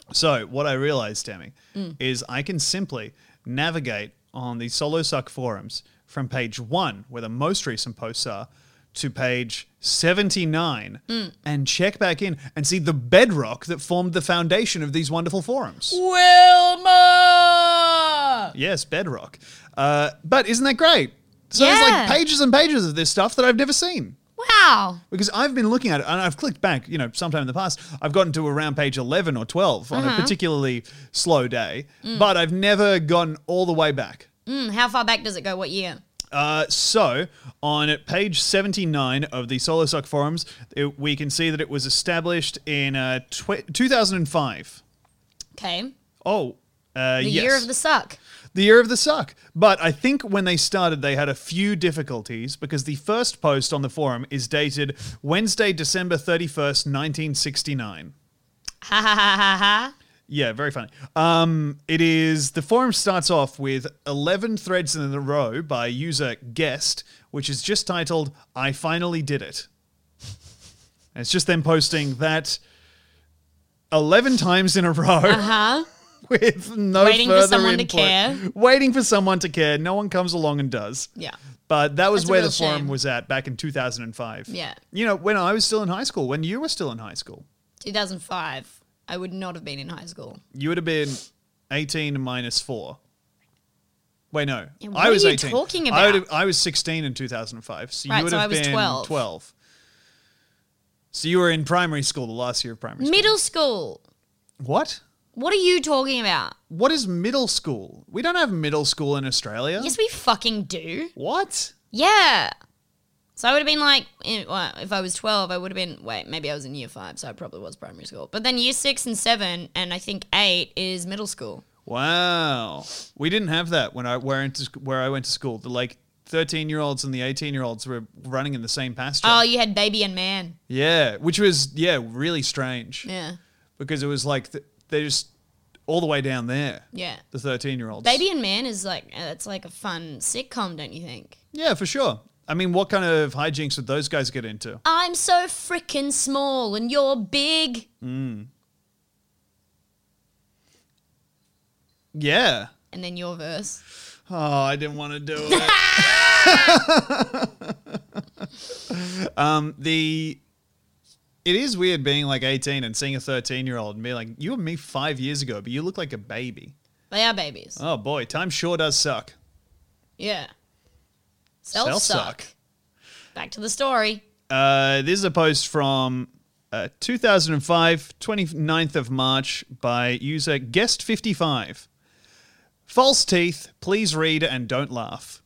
[laughs] so what I realized, Tammy, is I can simply navigate on the Solo Suck forums from page one, where the most recent posts are, to page seventy-nine, and check back in and see the bedrock that formed the foundation of these wonderful forums. Wilma. Yes, bedrock. Uh, but isn't that great? So there's Yeah. like pages and pages of this stuff that I've never seen. Wow. because I've been looking at it and I've clicked back, you know, sometime in the past. I've gotten to around page 11 or 12 on Uh-huh. a particularly slow day, but I've never gotten all the way back. Hmm, Mm, how far back does it go? What year? Uh, so, on page 79 of the Solo Suck forums, it, we can see that it was established in uh, tw- 2005. Okay. Oh, uh, The yes. year of the suck. The year of the suck. But I think when they started, they had a few difficulties because the first post on the forum is dated Wednesday, December 31st, 1969. Ha ha ha ha ha. Yeah, very funny. Um, it is the forum starts off with 11 threads in a row by user guest, which is just titled "I finally did it." And it's just them posting that 11 times in a row. Huh? [laughs] With no Waiting for further someone to input. care. Waiting for someone to care. No one comes along and does. Yeah. But that was That's a where real the forum shame. was at back in 2005. Yeah. You know, when I was still in high school, when you were still in high school, 2005. I would not have been in high school. you would have been 18 minus 4. Wait, no. I Yeah, what was are you 18. talking I, would about? have, I was 16 in 2005. So you Right, would so have I was been 12. 12. So you were in primary school, the last year of primary school. Middle school. What? What are you talking about? What is middle school? We don't have middle school in Australia. Yes, we fucking do. What? Yeah. So I would have been like, in, well, if I was 12, I would have been, wait, maybe I was in year five, so I probably was primary school. But then year six and seven, and I think eight is middle school. Wow. We didn't have that when I where, into, sc- where I went to school. The like 13 year olds and the 18 year olds were running in the same pasture. Oh, you had baby and man. yeah, which was, yeah, really strange. Yeah. because it was like th- they're just all the way down there. Yeah. The thirteen-year-olds. Baby and man is like, uh, it's like a fun sitcom, don't you think? Yeah, for sure. I mean, what kind of hijinks would those guys get into? I'm so frickin' small and you're big. Yeah. And then your verse. Oh, I didn't want to do it. um, the it is weird being like eighteen and seeing a thirteen-year-old and being like, "You and me five years ago, but you look like a baby." They are babies. Oh boy, time sure does suck. Yeah. Self, Self-suck. suck. Back to the story. Uh, this is a post from uh, 2005, 29th of March, by user Guest55. False teeth, please read and don't laugh.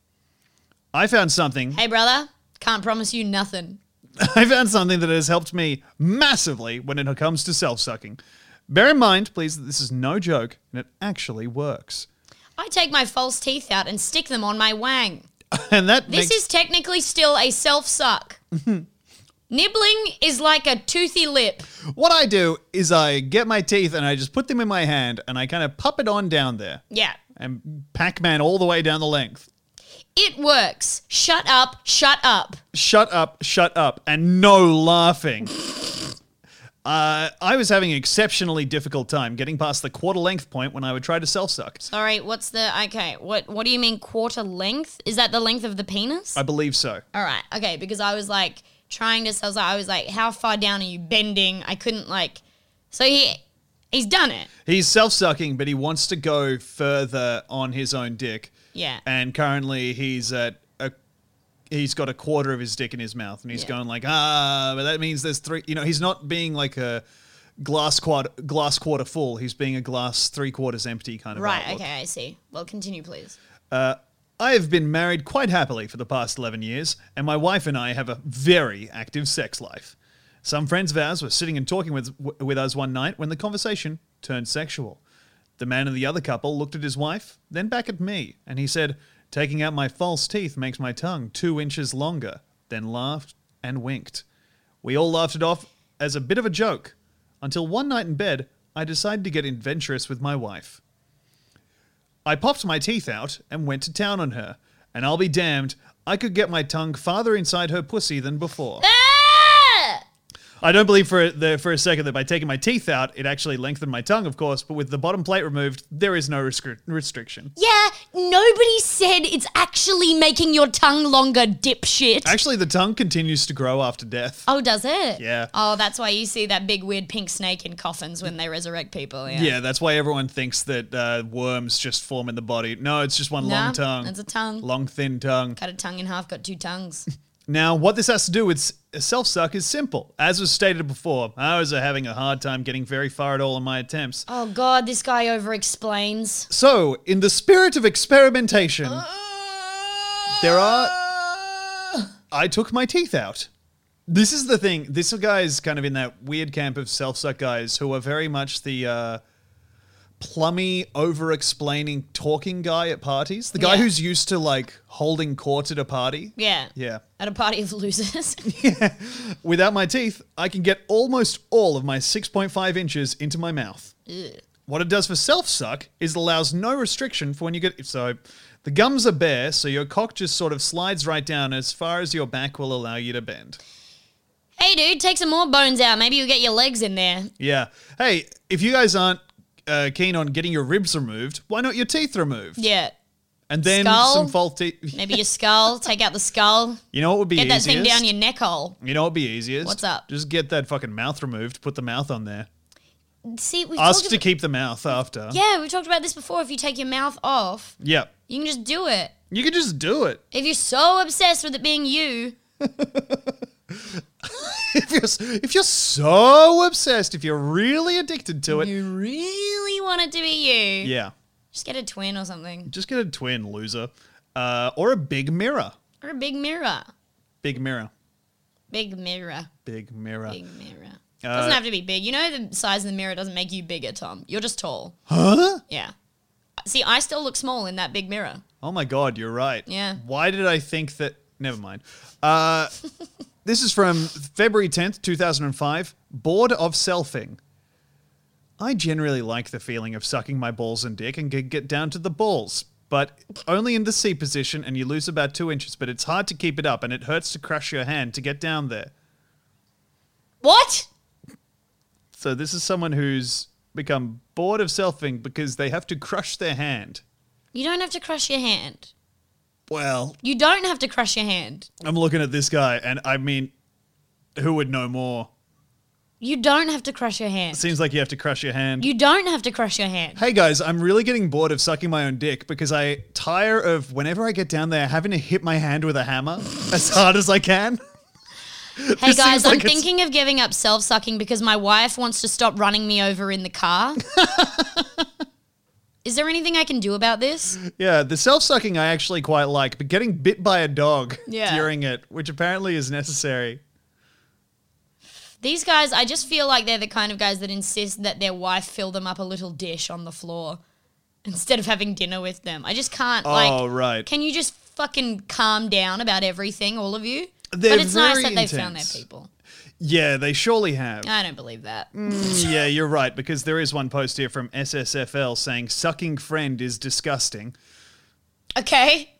I found something. Hey, brother, can't promise you nothing. [laughs] I found something that has helped me massively when it comes to self sucking. Bear in mind, please, that this is no joke and it actually works. I take my false teeth out and stick them on my wang. And that This makes is technically still a self [laughs] suck. Nibbling is like a toothy lip. what I do is I get my teeth and I just put them in my hand and I kind of puppet on down there Yeah. and Pac Man all the way down the length. It works. Shut up, shut up. shut up, shut up, and no laughing. [laughs] Uh, I was having an exceptionally difficult time getting past the quarter length point when I would try to self suck. Sorry, what's the okay, what what do you mean quarter length? Is that the length of the penis? I believe so. All right. Okay, because I was like trying to self suck. I was like, how far down are you bending? I couldn't like so he he's done it. He's self sucking, but he wants to go further on his own dick. Yeah. And currently he's at a he's got a quarter of his dick in his mouth and he's Yeah. going like, ah, but that means there's three you know, he's not being like a glass quad glass quarter full, he's being a glass three quarters empty kind of Right, outlook. okay, I see. Well continue please. I have Uh, been married quite happily for the past 11 years, and my wife and I have a very active sex life. Some friends of ours were sitting and talking with, with us one night when the conversation turned sexual. The man in the other couple looked at his wife, then back at me, and he said, Taking out my false teeth makes my tongue two inches longer, then laughed and winked. We all laughed it off as a bit of a joke, until one night in bed, I decided to get adventurous with my wife. I popped my teeth out and went to town on her, and I'll be damned, I could get my tongue farther inside her pussy than before. Ah! I don't believe for a, the, for a second that by taking my teeth out, it actually lengthened my tongue, of course, but with the bottom plate removed, there is no rescri- restriction. Yeah, nobody said it's actually making your tongue longer, dipshit. Actually, the tongue continues to grow after death. Oh, does it? Yeah. Oh, that's why you see that big weird pink snake in coffins when they resurrect people. Yeah. Yeah, that's why everyone thinks that uh, worms just form in the body. No, it's just one Nah, long tongue. it's a tongue. Long, thin tongue. Cut a tongue in half, got two tongues. [laughs] Now, what this has to do with self suck is simple. As was stated before, I was uh, having a hard time getting very far at all in my attempts. oh God, this [laughs] guy over explains. So, in the spirit of experimentation, There are. Uh. I took my teeth out. This is the thing. This guy's kind of in that weird camp of self suck guys who are very much the uh, plummy, over explaining, talking guy at parties. The guy Yeah. who's used to like holding court at a party. Yeah. Yeah. At a party of losers. [laughs] Without my teeth, I can get almost all of my 6.5 inches into my mouth. What it does for self suck is it allows no restriction for when you get. So the gums are bare, so your cock just sort of slides right down as far as your back will allow you to bend. hey, dude, take some more bones out. Maybe you'll get your legs in there. Yeah. Hey, if you guys aren't uh, keen on getting your ribs removed, why not your teeth removed? Yeah. And then Skull? some faulty. Maybe [laughs] your skull. Take out the skull. You know what would be Get that easiest? thing down your neck hole. you know what would be easiest? What's up? Just get that fucking mouth removed, put the mouth on there. See, we've Ask talked to about, keep the mouth after. Yeah, we talked about this before. If you take your mouth off, Yep. you can just do it. You can just do it. If you're so obsessed with it being you, [laughs] If you're, if you're so obsessed, if you're really addicted to it, you really want it to be you. yeah, Just get a twin or something. just get a twin, loser, uh, or a big mirror, Or a big mirror. big mirror, Big mirror. big mirror. Big mirror. doesn't have to be big. You know, the size of the mirror doesn't make you bigger, Tom. You're just tall. Huh? Yeah. See, I still look small in that big mirror. Oh my god, you're right. Yeah. Why did I think that? Never mind. Uh, this is from February 10th, 2005. Bored of selfing. I generally like the feeling of sucking my balls and dick and can get down to the balls, but only in the C position and you lose about two inches, but it's hard to keep it up and it hurts to crush your hand to get down there. What? So this is someone who's become bored of selfing because they have to crush their hand. You don't have to crush your hand. Well, You don't have to crush your hand. I'm looking at this guy and I mean, who would know more? You don't have to crush your hand. Seems like you have to crush your hand. You don't have to crush your hand. hey guys, I'm really getting bored of sucking my own dick because I tire of whenever I get down there having to hit my hand with a hammer [laughs] as hard as I can. [laughs] Hey This guys, seems like I'm it's- thinking of giving up self sucking because my wife wants to stop running me over in the car. [laughs] Is there anything I can do about this? Yeah, the self sucking I actually quite like, but getting bit by a dog [laughs] Yeah. during it, which apparently is necessary. These guys, I just feel like they're the kind of guys that insist that their wife fill them up a little dish on the floor instead of having dinner with them. I just can't, oh, like, right. can you just fucking calm down about everything, all of you? They're but it's nice very that they've found their intense. people. yeah, they surely have. I don't believe that. yeah, you're right, because there is one post here from SSFL saying sucking friend is disgusting. Okay.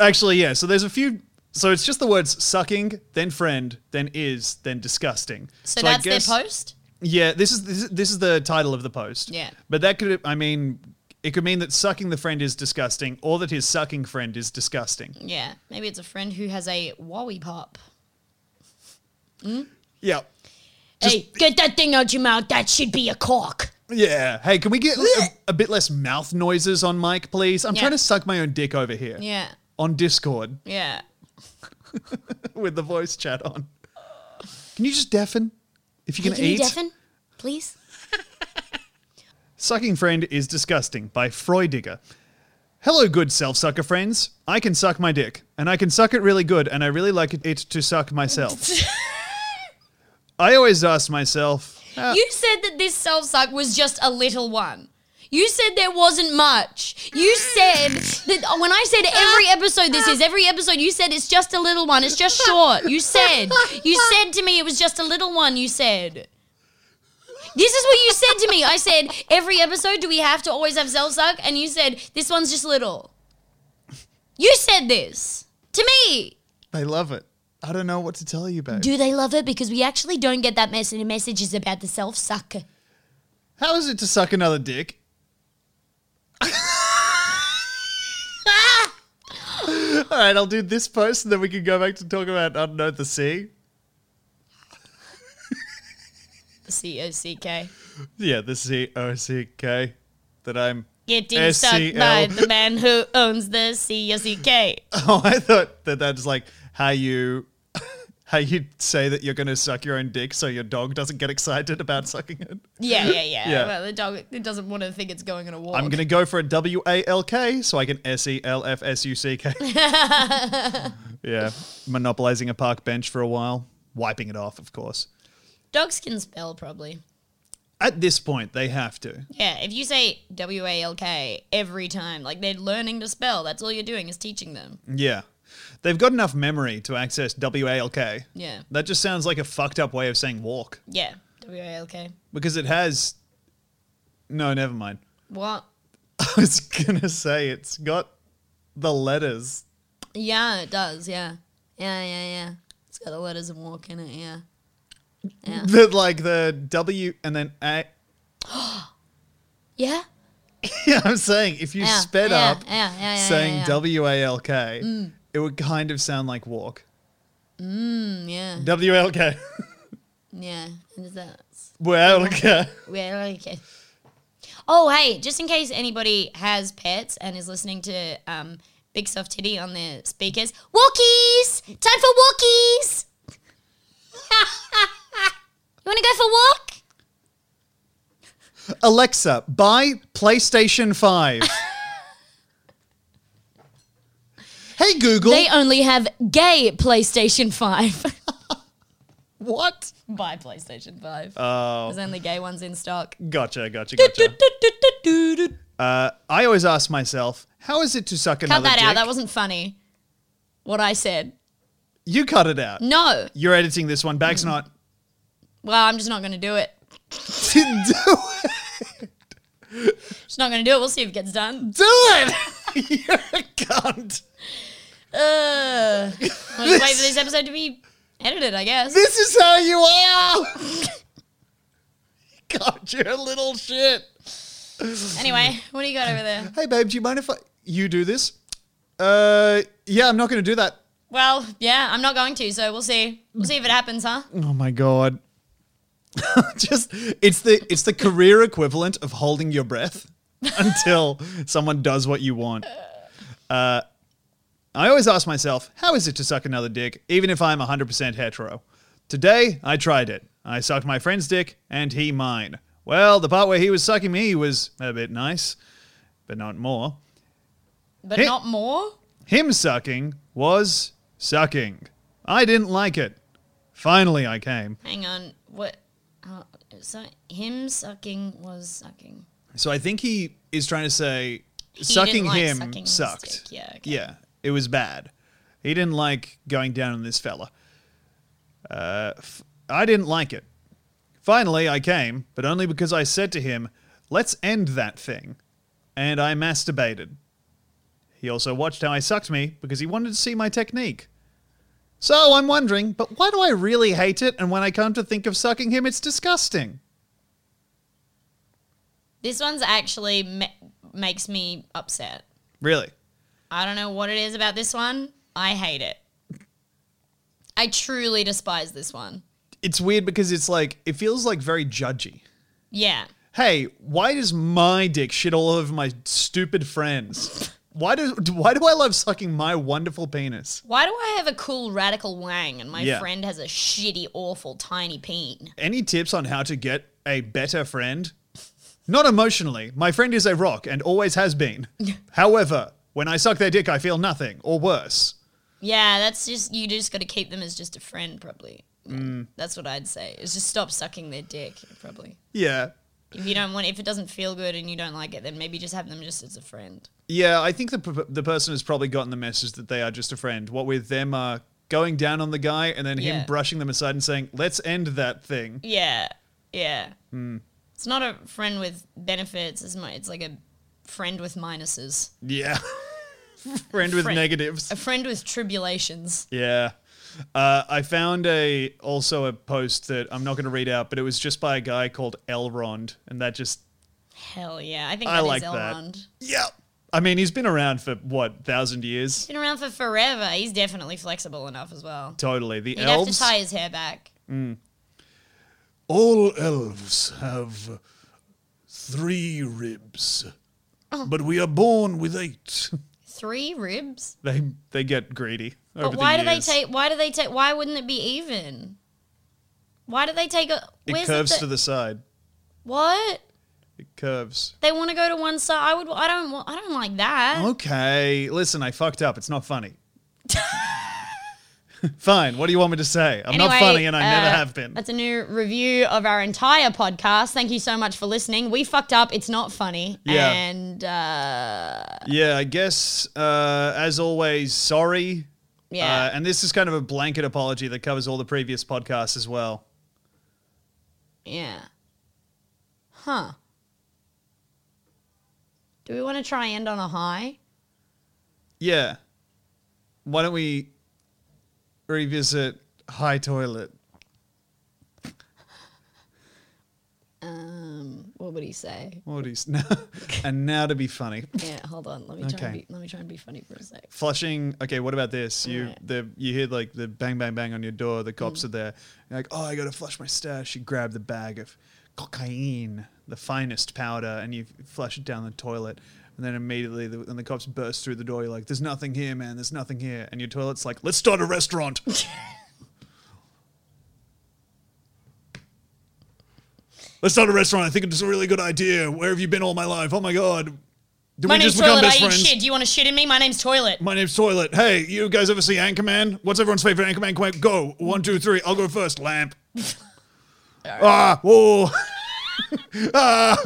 Actually, yeah. So there's a few. So it's just the words sucking, then friend, then is, then disgusting. So, I that's guess- their post? Yeah, this is this, is- this is the title of the post. Yeah. But that could, I mean, it could mean that sucking the friend is disgusting, or that his sucking friend is disgusting. Yeah. Maybe it's a friend who has a Wowie Pop. Yeah. hey, get that thing out your mouth. That should be a cork. Yeah. Hey, can we get a, a bit less mouth noises on mic, please? I'm Yeah. trying to suck my own dick over here. Yeah. On Discord [laughs] Yeah. with the voice chat on. Can you just deafen? If you Hey, can, can eat. you deafen, please? Sucking Friend is Disgusting by Freudiger. Hello, good self sucker friends. I can suck my dick, and I can suck it really good, and I really like it to suck myself. I always ask myself, You said that this self suck was just a little one. You said there wasn't much. You said that when I said every episode this is every episode you said it's just a little one. It's just short. You said you said to me it was just a little one. You said this is what you said to me. I said every episode do we have to always have self suck? And you said this one's just little. You said this to me. they love it. I don't know what to tell you, babe. Do they love it? Because we actually don't get that message. Messages about the self suck. How is it to suck another dick? [laughs] Ah! All right, I'll do this post, and then we can go back to talk about I don't know the sea. C O C K. Yeah, the C O C K that I'm. Getting SCL. sucked by the man who owns the C O C K. [laughs] Oh, I thought that that's like how you [laughs] how you say that you're going to suck your own dick so your dog doesn't get excited about sucking it. Yeah, yeah, yeah. Yeah. Well, the dog it doesn't want to think it's going on a walk. I'm going to go for a W A L K so I can S E L F S U C K. Yeah. Monopolizing a park bench for a while, wiping it off, of course. Dogs can spell probably. At this point, they have to. Yeah, if you say W A L K every time, like they're learning to spell. That's all you're doing is teaching them. Yeah. They've got enough memory to access W A L K. Yeah. That just sounds like a fucked up way of saying walk Yeah, W A L K. because it has. No, never mind. What? [laughs] I was going to say it's got the letters. Yeah, it does. Yeah, yeah, yeah, yeah. It's got the letters and walk in it. Yeah. That like the W and then A. [laughs] Yeah? Yeah, I'm saying if you Yeah, sped yeah, up yeah, yeah, yeah, yeah, Mm. saying yeah. W A L K, it would kind of sound like walk. Mm, yeah, W L K. [laughs] yeah. And is that Well, [laughs] okay. Where are you? kid? Oh, hey, just in case anybody has pets and is listening to um, Big Soft Titty on their speakers, walkies! Time for walkies! [laughs] you want to go for a walk? Alexa, buy PlayStation [laughs] 5. hey, Google. They only have gay PlayStation [laughs] 5. what? Buy PlayStation 5. Oh. There's only gay ones in stock. Gotcha, gotcha, gotcha. Uh, I always ask myself, how is it to suck Cut another that dick? out. That wasn't funny. What I said. you cut it out. No. You're editing this one. Mm. Bag's not. [laughs] Well, I'm just not going to do it. Didn't do it. Just not going to do it. We'll see if it gets done. Do it. [laughs] You're a cunt. Uh, wait for this episode to be edited, I guess. This is how you are. [laughs] God, you're a little shit. Anyway, what do you got over there? Hey, babe, do you mind if I you do this? Uh, yeah, I'm not going to do that. Well, yeah, I'm not going to, so we'll see. We'll see if it happens, huh? Oh my god. [laughs] Just it's the it's the career equivalent of holding your breath [laughs] until someone does what you want. Uh, I always ask myself, how is it to suck another dick, even if I'm 100% hetero? Today, I tried it. I sucked my friend's dick, and he mine. Well, the part where he was sucking me was a bit nice, but not more. But Hey. not more? Him sucking was sucking. I didn't like it. Finally, I came. Hang on. What? Oh, so him sucking was sucking. So I think he is trying to say didn't sucking like him sucking his sucked. dick. Yeah, okay. yeah, it was bad. He didn't like going down on this fella. Uh, f- I didn't like it. Finally, I came, but only because I said to him, "Let's end that thing," and I masturbated. He also watched how I sucked me because he wanted to see my technique. So I'm wondering, but why do I really hate it? And when I come to think of sucking him, it's disgusting. This one's actually ma- makes me upset. Really? I don't know what it is about this one. I hate it. I truly despise this one. it's weird because it's like it feels like very judgy. Yeah. Hey, why does my dick shit all over my stupid friends? Why do why do I love sucking my wonderful penis? Why do I have a cool radical wang and my Yeah. friend has a shitty, awful, tiny peen? Any tips on how to get a better friend? Not emotionally. My friend is a rock and always has been. However, when I suck their dick, I feel nothing or worse. Yeah, that's just you just got to keep them as just a friend, probably. Mm. That's what I'd say. Is just stop sucking their dick, probably. Yeah. If you don't want, if it doesn't feel good and you don't like it, then maybe just have them just as a friend. Yeah, I think the p- the person has probably gotten the message that they are just a friend. What with them uh, going down on the guy and then him Yeah. brushing them aside and saying, "Let's end that thing." Yeah, yeah. Mm. It's not a friend with benefits. It's my, it's like a friend with minuses, [laughs] Yeah. Friend with Friend. negatives. a friend with tribulations. Yeah. Uh, I found a also a post that I'm not going to read out, but it was just by a guy called Elrond, and that just Hell yeah, I think I that is like that. Elrond. yeah. I mean, he's been around for what thousand years? Been around for forever. He's definitely flexible enough as well. Totally. The He'd have to elves. tie his hair back. All elves have three ribs, Oh. but we are born with eight. [laughs] Three ribs. they they get greedy. over But the why do they years. take? Why do they take? Why wouldn't it be even? Why do they take a? It Where's curves it to that- the side. what? It curves. They want to go to one side. I would. I don't. wa- I don't like that. Okay, listen, I fucked up. It's not funny. Fine. What do you want me to say? I'm not Anyway, funny, and I never uh, have been. That's a new review of our entire podcast. Thank you so much for listening. We fucked up. It's not funny. Yeah. And uh, Yeah, I guess uh, as always, sorry. yeah. Uh, and this is kind of a blanket apology that covers all the previous podcasts as well. yeah. Huh. Do we want to try and end on a high? Yeah. Why don't we revisit High Toilet? Um, what would he say? What is [laughs] now? and now to be funny. Yeah, hold on. Let me try and Okay. be, let me try and be funny for a sec. Flushing. Okay, what about this? You the you hear like the bang bang bang on your door. The cops Mm. are there. You're like, oh, I gotta flush my stash. You grab the bag of cocaine, the finest powder, and you flush it down the toilet. And then immediately, the, and the cops burst through the door. You're like, "There's nothing here, man. There's nothing here." And your toilet's like, "Let's start a [laughs] restaurant." Let's start a restaurant. I think it's a really good idea. Where have you been all my life? Oh my god. Did My name's Toilet. I eat shit. Do you want to shit in me? My name's Toilet. my name's Toilet. Hey, you guys ever see Anchorman? What's everyone's favorite Anchorman quote? Go. One, two, three. I'll go first. Lamp. ah, whoa. [laughs] ah,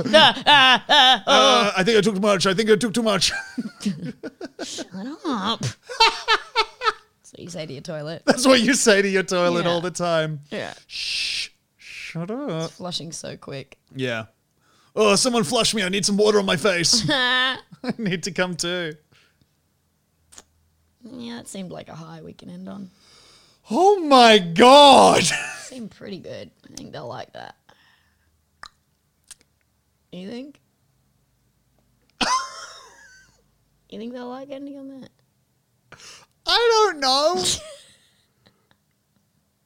Uh, I think I took too much. I think I took too much. [laughs] Up. That's what you say to your toilet. That's what you say to your toilet Yeah. all the time. Yeah. Shh. Shut up. Flushing so quick. [laughs] Yeah. Oh, someone flush me. I need some water on my face. [laughs] yeah, I need to come too. that seemed like a high we can end on. Oh my god. Seemed pretty good. I think they'll like that. You think? you think they'll like ending on that? I don't know.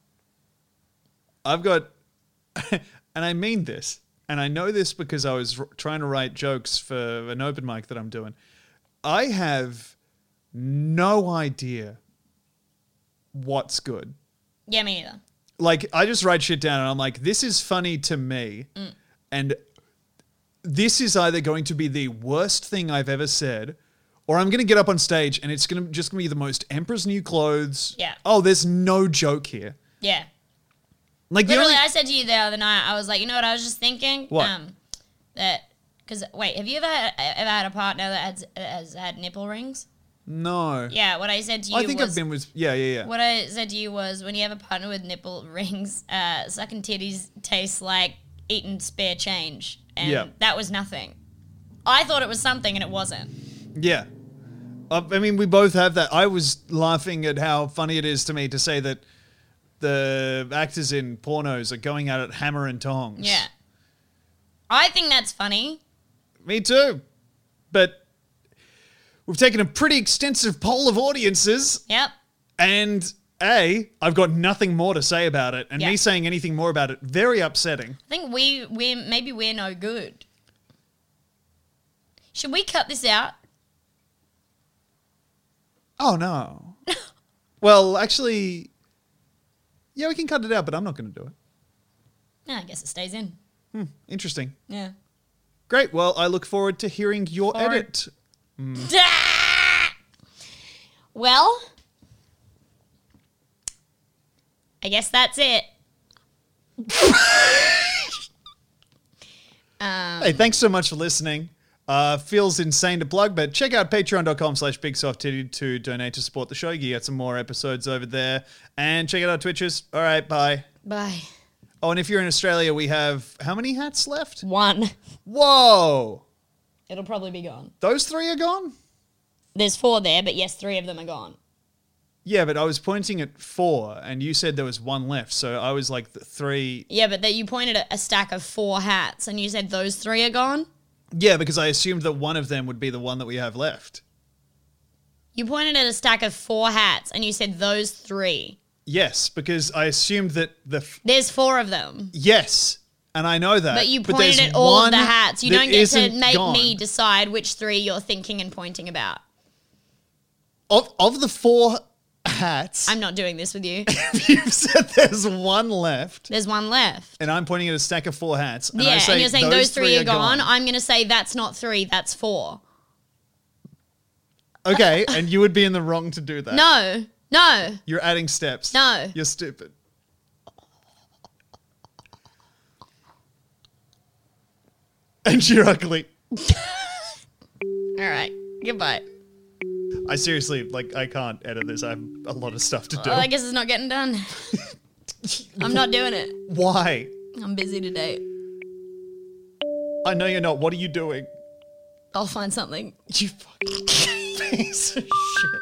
[laughs] I've got, [laughs] and I mean this, and I know this because I was r- trying to write jokes for an open mic that I'm doing. I have no idea what's good. Yeah, me either. Like, I just write shit down and I'm like, this is funny to me. Mm. And this is either going to be the worst thing I've ever said, or I'm going to get up on stage and it's going to just gonna be the most Emperor's New Clothes. Yeah. Oh, there's no joke here. Yeah. Like the Literally, only- I said to you the other night, I was like, you know what I was just thinking? Um, What? that, because, wait, have you ever had, ever had a partner that has, has had nipple rings? no. Yeah, what I said to you I think was, I've been with. Yeah, yeah, yeah. What I said to you was when you have a partner with nipple [laughs] rings, uh, sucking titties tastes like eating spare change. And Yeah. that was nothing. I thought it was something and it wasn't. Yeah. Uh, I mean, we both have that. I was laughing at how funny it is to me to say that the actors in pornos are going at it hammer and tongs. Yeah. I think that's funny. Me too. But we've taken a pretty extensive poll of audiences, Yep. and A, I've got nothing more to say about it, and Yeah. me saying anything more about it, very upsetting. I think we we maybe we're no good. Should we cut this out? Oh, no. [laughs] well, actually, yeah, we can cut it out, but I'm not going to do it. No, I guess it stays in. Interesting. Yeah. Great. Well, I look forward to hearing your edit. Well, I guess that's it. Hey, thanks so much for listening. Uh, feels insane to plug, but check out patreon.com slash bigsofttitty to donate to support the show. You get some more episodes over there. And check out our Twitches. All right, bye. Bye. Oh, and if you're in Australia, we have how many hats left? One. Whoa! It'll probably be gone. Those three are gone? There's four there, but yes, three of them are gone. Yeah, but I was pointing at four, and you said there was one left, so I was like, th- three. Yeah, but that you pointed at a stack of four hats and you said those three are gone. Yeah, because I assumed that one of them would be the one that we have left. You pointed at a stack of four hats and you said those three. Yes, because I assumed that the f- There's four of them. Yes, and I know that. But you there's pointed at all one of the hats. You that don't get to isn't make gone. me decide which three you're thinking and pointing about. of of the four hats. I'm not doing this with you. if [laughs] you've said there's one left, There's one left. and I'm pointing at a stack of four hats, and I yeah, say and you're saying those, three, are gone. I'm going to say that's not three, that's four. [laughs] [laughs] okay, and you would be in the wrong to do Uh, that. No, no. You're adding steps. No. You're stupid. [laughs] And you're ugly. All right, goodbye. I seriously, like, I can't edit this. I have a lot of stuff to do. Well, I guess it's not getting [laughs] done. I'm not doing it. Why? I'm busy today. I know you're not. What are you doing? I'll find something. You [laughs] fucking piece of shit.